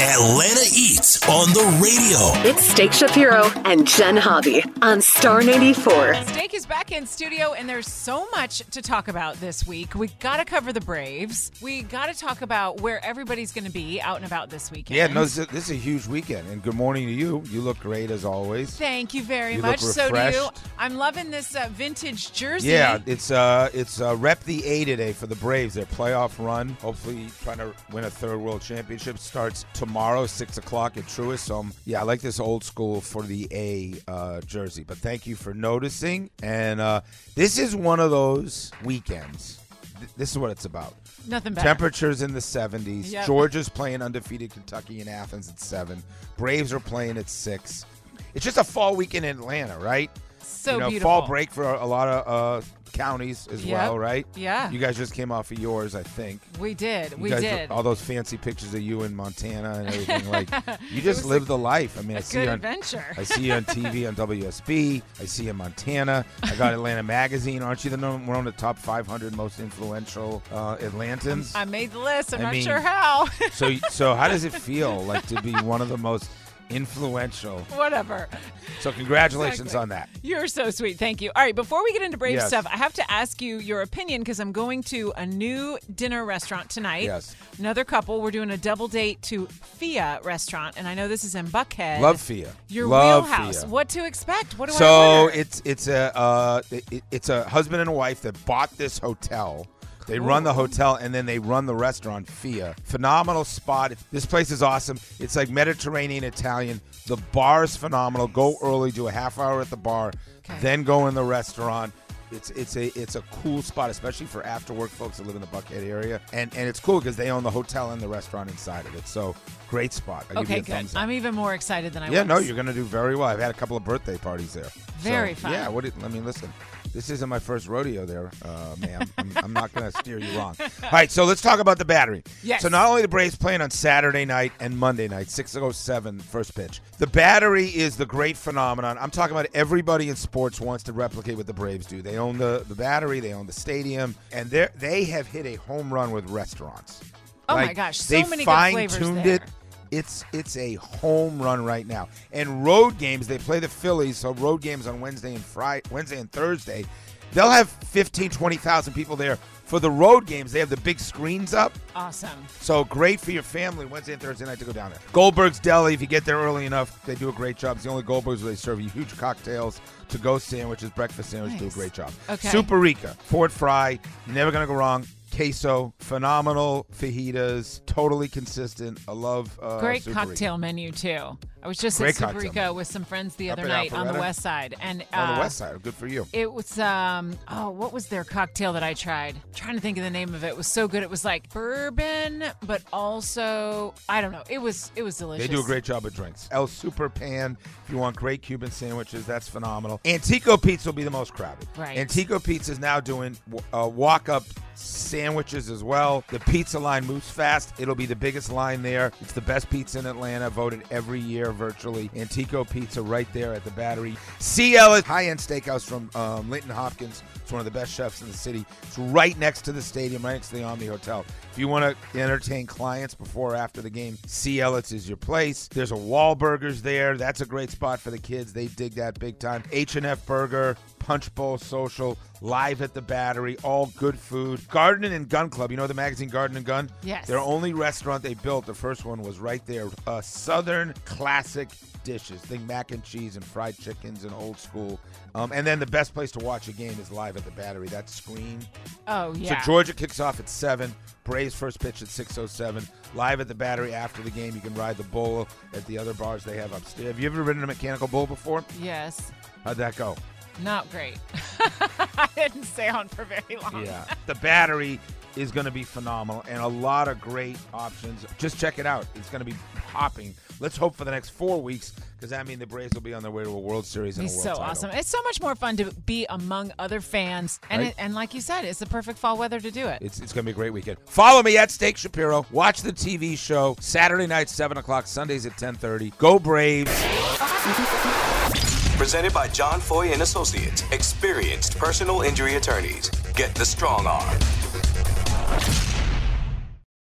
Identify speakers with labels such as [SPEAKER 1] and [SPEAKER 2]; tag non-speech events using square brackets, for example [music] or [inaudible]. [SPEAKER 1] Atlanta Eats on the radio.
[SPEAKER 2] It's Steak Shapiro and Jen Hobby on Star 94.
[SPEAKER 3] Steak is back in studio, and there's so much to talk about this week. We got to cover the Braves. We got to talk about where everybody's going to be out and about this weekend.
[SPEAKER 4] Yeah, no, this is, this is a huge weekend. And good morning to you. You look great as always.
[SPEAKER 3] Thank you very
[SPEAKER 4] You
[SPEAKER 3] much.
[SPEAKER 4] look
[SPEAKER 3] So do you.
[SPEAKER 4] refreshed.
[SPEAKER 3] I'm loving this uh, vintage jersey.
[SPEAKER 4] Yeah, it's uh, it's uh, rep the A today for the Braves. Their playoff run, hopefully trying to win a third world championship, starts tomorrow, six o'clock at Truist. So um, yeah, I like this old school for the A uh, jersey. But thank you for noticing. And uh, this is one of those weekends. Th- this is what it's about.
[SPEAKER 3] Nothing better.
[SPEAKER 4] Temperatures in the 70s.
[SPEAKER 3] Yep.
[SPEAKER 4] Georgia's playing undefeated Kentucky in Athens at 7. Braves are playing at 6. It's just a fall week in Atlanta, right?
[SPEAKER 3] So
[SPEAKER 4] you know,
[SPEAKER 3] beautiful.
[SPEAKER 4] fall break for a lot of uh, counties as
[SPEAKER 3] Yep.
[SPEAKER 4] well, right?
[SPEAKER 3] Yeah.
[SPEAKER 4] You guys just came off of yours, I think.
[SPEAKER 3] We did.
[SPEAKER 4] You
[SPEAKER 3] We
[SPEAKER 4] guys-
[SPEAKER 3] did.
[SPEAKER 4] All those fancy pictures of you in Montana and everything.
[SPEAKER 3] [laughs]
[SPEAKER 4] Like, you just live the life. I mean, I see
[SPEAKER 3] Good
[SPEAKER 4] you on,
[SPEAKER 3] adventure.
[SPEAKER 4] I see you on TV on WSB. I see you in Montana. I
[SPEAKER 3] [laughs]
[SPEAKER 4] got Atlanta Magazine. Aren't you the number one of the top 500 most influential uh, Atlantans?
[SPEAKER 3] I made the list. I'm
[SPEAKER 4] I
[SPEAKER 3] not
[SPEAKER 4] mean-
[SPEAKER 3] sure how. [laughs]
[SPEAKER 4] So, so how does it feel like to be one of the most influential?
[SPEAKER 3] Whatever.
[SPEAKER 4] So, congratulations
[SPEAKER 3] Exactly.
[SPEAKER 4] on that.
[SPEAKER 3] You're so sweet. Thank you. All right, before we get into Brave
[SPEAKER 4] Yes.
[SPEAKER 3] stuff, I have to ask you your opinion because I'm going to a new dinner restaurant tonight.
[SPEAKER 4] Yes.
[SPEAKER 3] Another couple. We're doing a double date to Fia restaurant, and I know this is in Buckhead.
[SPEAKER 4] Love Fia.
[SPEAKER 3] Your
[SPEAKER 4] Love
[SPEAKER 3] wheelhouse.
[SPEAKER 4] Fia.
[SPEAKER 3] What to expect? What do I
[SPEAKER 4] So
[SPEAKER 3] order?
[SPEAKER 4] it's it's a uh, it, it's a husband and a wife that bought this hotel. They run the hotel and then they run the restaurant Fia. Phenomenal spot. This place is awesome. It's like Mediterranean Italian. The bar is phenomenal. Go early, do a half hour at the bar,
[SPEAKER 3] Okay.
[SPEAKER 4] then go in the restaurant. It's it's a it's a cool spot, especially for after work folks that live in the Buckhead area. And and it's cool because they own the hotel and the restaurant inside of it. So great spot. I'll
[SPEAKER 3] okay.
[SPEAKER 4] give you a
[SPEAKER 3] Good.
[SPEAKER 4] thumbs up.
[SPEAKER 3] I'm even more excited than I
[SPEAKER 4] Yeah,
[SPEAKER 3] was.
[SPEAKER 4] no, you're going to do very well. I've had a couple of birthday parties there.
[SPEAKER 3] Very fun.
[SPEAKER 4] Yeah, what? It, I mean, listen, this isn't my first rodeo there, uh,
[SPEAKER 3] [laughs]
[SPEAKER 4] ma'am. I'm, I'm not going to steer you wrong. All right, so let's talk about the battery.
[SPEAKER 3] Yes.
[SPEAKER 4] So not only the Braves playing on Saturday night and Monday night, 6.07 first pitch. The battery is the great phenomenon. I'm talking about everybody in sports wants to replicate what the Braves do. They own the, the battery, they own the stadium, and they're- they have hit a home run with restaurants.
[SPEAKER 3] Oh my gosh, so
[SPEAKER 4] they
[SPEAKER 3] many good
[SPEAKER 4] fine
[SPEAKER 3] flavors
[SPEAKER 4] tuned
[SPEAKER 3] there.
[SPEAKER 4] it. It's it's a home run right now. And road games, they play the Phillies, so road games on Wednesday and Friday, Wednesday and Thursday, they'll have 15, 20,000 people there for the road games. They have the big screens up.
[SPEAKER 3] awesome.
[SPEAKER 4] So great for your family Wednesday and Thursday night to go down there. Goldberg's Deli, if you get there early enough, they do a great job. It's the only Goldberg's where they serve you huge cocktails, to go sandwiches, breakfast sandwiches, do a
[SPEAKER 3] Nice.
[SPEAKER 4] great job.
[SPEAKER 3] Okay.
[SPEAKER 4] Superica, Ford Fry, you're never going to go wrong. Queso, phenomenal fajitas, totally consistent. I love uh,
[SPEAKER 3] Great
[SPEAKER 4] Superica.
[SPEAKER 3] cocktail menu too. I was just
[SPEAKER 4] Great
[SPEAKER 3] at
[SPEAKER 4] cocktail
[SPEAKER 3] Sabrica
[SPEAKER 4] menu.
[SPEAKER 3] with some friends the
[SPEAKER 4] Up
[SPEAKER 3] other
[SPEAKER 4] at
[SPEAKER 3] night on the
[SPEAKER 4] Alpharetta?
[SPEAKER 3] west side, and uh,
[SPEAKER 4] On the west side, good for you.
[SPEAKER 3] It was um oh what was their cocktail that I tried? trying to think of the name of it. It was so good. It was like bourbon, but also I don't know. It was it was delicious.
[SPEAKER 4] They do a great job with drinks. El Super Pan, if you want great Cuban sandwiches, that's phenomenal. Antico Pizza will be the most crowded.
[SPEAKER 3] Right.
[SPEAKER 4] Antico Pizza is now doing uh, walk up sandwiches as well. The pizza line moves fast. It'll be the biggest line there. It's the best pizza in Atlanta, voted every year virtually. Antico Pizza right there at the battery. CL is high end steakhouse from um, Linton Hopkins. It's one of the best chefs in the city. It's right next to the stadium, right next to the Omni Hotel. If you want to entertain clients before or after the game, C. Ellis is your place. There's a Wahlburgers there. That's a great spot for the kids. They dig that big time. H&F Burger, Punch Bowl Social, Live at the Battery, all good food. Garden and Gun Club. You know the magazine Garden and Gun?
[SPEAKER 3] Yes.
[SPEAKER 4] Their only restaurant they built, the first one was right there. Uh, Southern classic dishes. Think mac and cheese and fried chickens and old school. Um, and then the best place to watch a game is Live at the Battery. That screen
[SPEAKER 3] Oh yeah.
[SPEAKER 4] so Georgia kicks off at seven. Braves first pitch at six oh seven. Live at the Battery after the game. You can ride the bull at the other bars they have upstairs. Have you ever ridden a mechanical bull before?
[SPEAKER 3] yes.
[SPEAKER 4] How'd that go?
[SPEAKER 3] Not great. [laughs] I didn't stay on for very long.
[SPEAKER 4] Yeah, [laughs] the Battery is going to be phenomenal and a lot of great options. Just check it out. It's going to be popping. Let's hope for the next four weeks because that means the Braves will be on their way to a World Series and
[SPEAKER 3] He's
[SPEAKER 4] a
[SPEAKER 3] so
[SPEAKER 4] World title.
[SPEAKER 3] awesome. It's so much more fun to be among other fans, and
[SPEAKER 4] Right.
[SPEAKER 3] it, and like you said, it's the perfect fall weather to do it.
[SPEAKER 4] It's, it's going to be a great weekend. Follow me at Steak Shapiro. Watch the TV show Saturday night, 7 o'clock, Sundays at 10.30. Go Braves.
[SPEAKER 5] Presented by John Foy and Associates, experienced personal injury attorneys. Get the strong arm.